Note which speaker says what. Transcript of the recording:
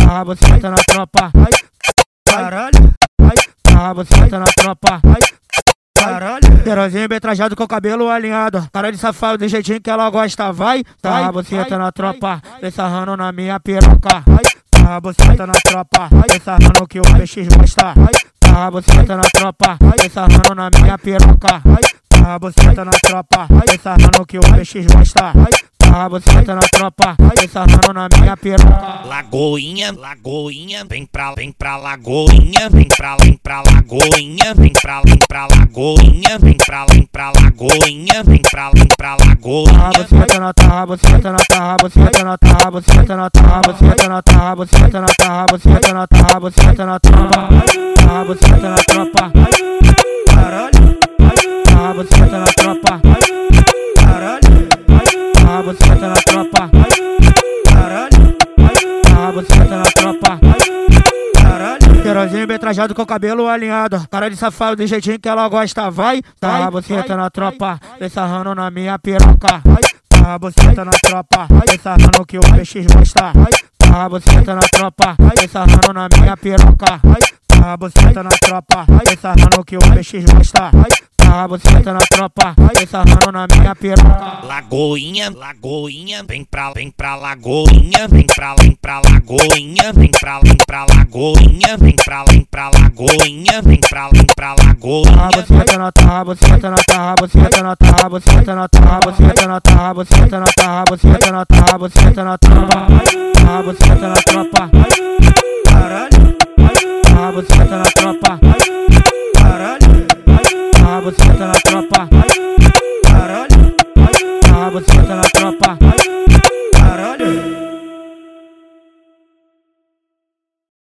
Speaker 1: Sarra buceta Ah, tá na tropa. Ai,
Speaker 2: Caralho,
Speaker 1: sarra buceta tá na tropa. Ai,
Speaker 2: caralho,
Speaker 1: Cheirosinho bem trajado com o cabelo alinhado. ó. Cara de safado do jeitinho que ela gosta, vai. Sarra
Speaker 2: Vai,
Speaker 1: buceta
Speaker 2: vai,
Speaker 1: na tropa.
Speaker 2: vai, vai.
Speaker 1: Vem sarrando na minha piroca. Sarra buceta na tropa. Vem sarrando que o peixe gosta. Sarra buceta na tropa. Vem sarrando na minha piroca. Sarra buceta na tropa. Vem sarrando que o peixe gosta. Sarra buceta na tropa. Vem sarrando na minha piroca.
Speaker 3: Lagoinha, Lagoinha, vem pra, vem pra Lagoinha, vem pra, vem pra Lagoinha, vem pra, vem pra Lagoinha, vem pra, vem pra Lagoinha, vem pra, vem pra
Speaker 1: Tarra,
Speaker 3: Lagoinha.
Speaker 1: você entra na tarra, você entra na tarra, você entra na tarra, você entra na tarra, você entra na tarra, você entra na tarra, você entra na tarra, você entra na tropa. Tarra, você entra na tropa.
Speaker 2: caralho,
Speaker 1: Tarra, você entra na tropa.
Speaker 2: caralho,
Speaker 1: Tarra, você entra Ah, na tropa.
Speaker 2: caralho,
Speaker 1: Tarra, você entra na tropa.
Speaker 2: caralho,
Speaker 1: Cheirosinho bem trajado com o cabelo alinhado. ó. Cara de safado do jeitinho que ela gosta, vai. Tarra, você entra na tropa. Vem sarrando na minha piroca. Tarra, você entra na tropa. Vem sarrando que o peixe gosta. Tarra, você entra na tropa. Vem sarrando na minha piroca. Tarra, você entra na tropa. Vem sarrando que o peixe gosta. Tarra, você entra na tropa. Vem sarrando na minha piroca.
Speaker 3: Lagoinha, Lagoinha, vem pra, vem pra Lagoinha, vem pra, vem pra Lagoinha, vem pra, vem pra Lagoinha, vem pra, vem pra Lagoinha, vem pra, vem pra
Speaker 1: tarra, você
Speaker 3: Lagoinha.
Speaker 1: entra na tarra, você entra na tarra, você entra na tarra, você entra na tarra, você entra na tarra, você entra na tarra, você entra na tarra, você entra na tropa. Tarra, você entra na tropa.
Speaker 2: caralho,
Speaker 1: Tarra, você entra na tropa.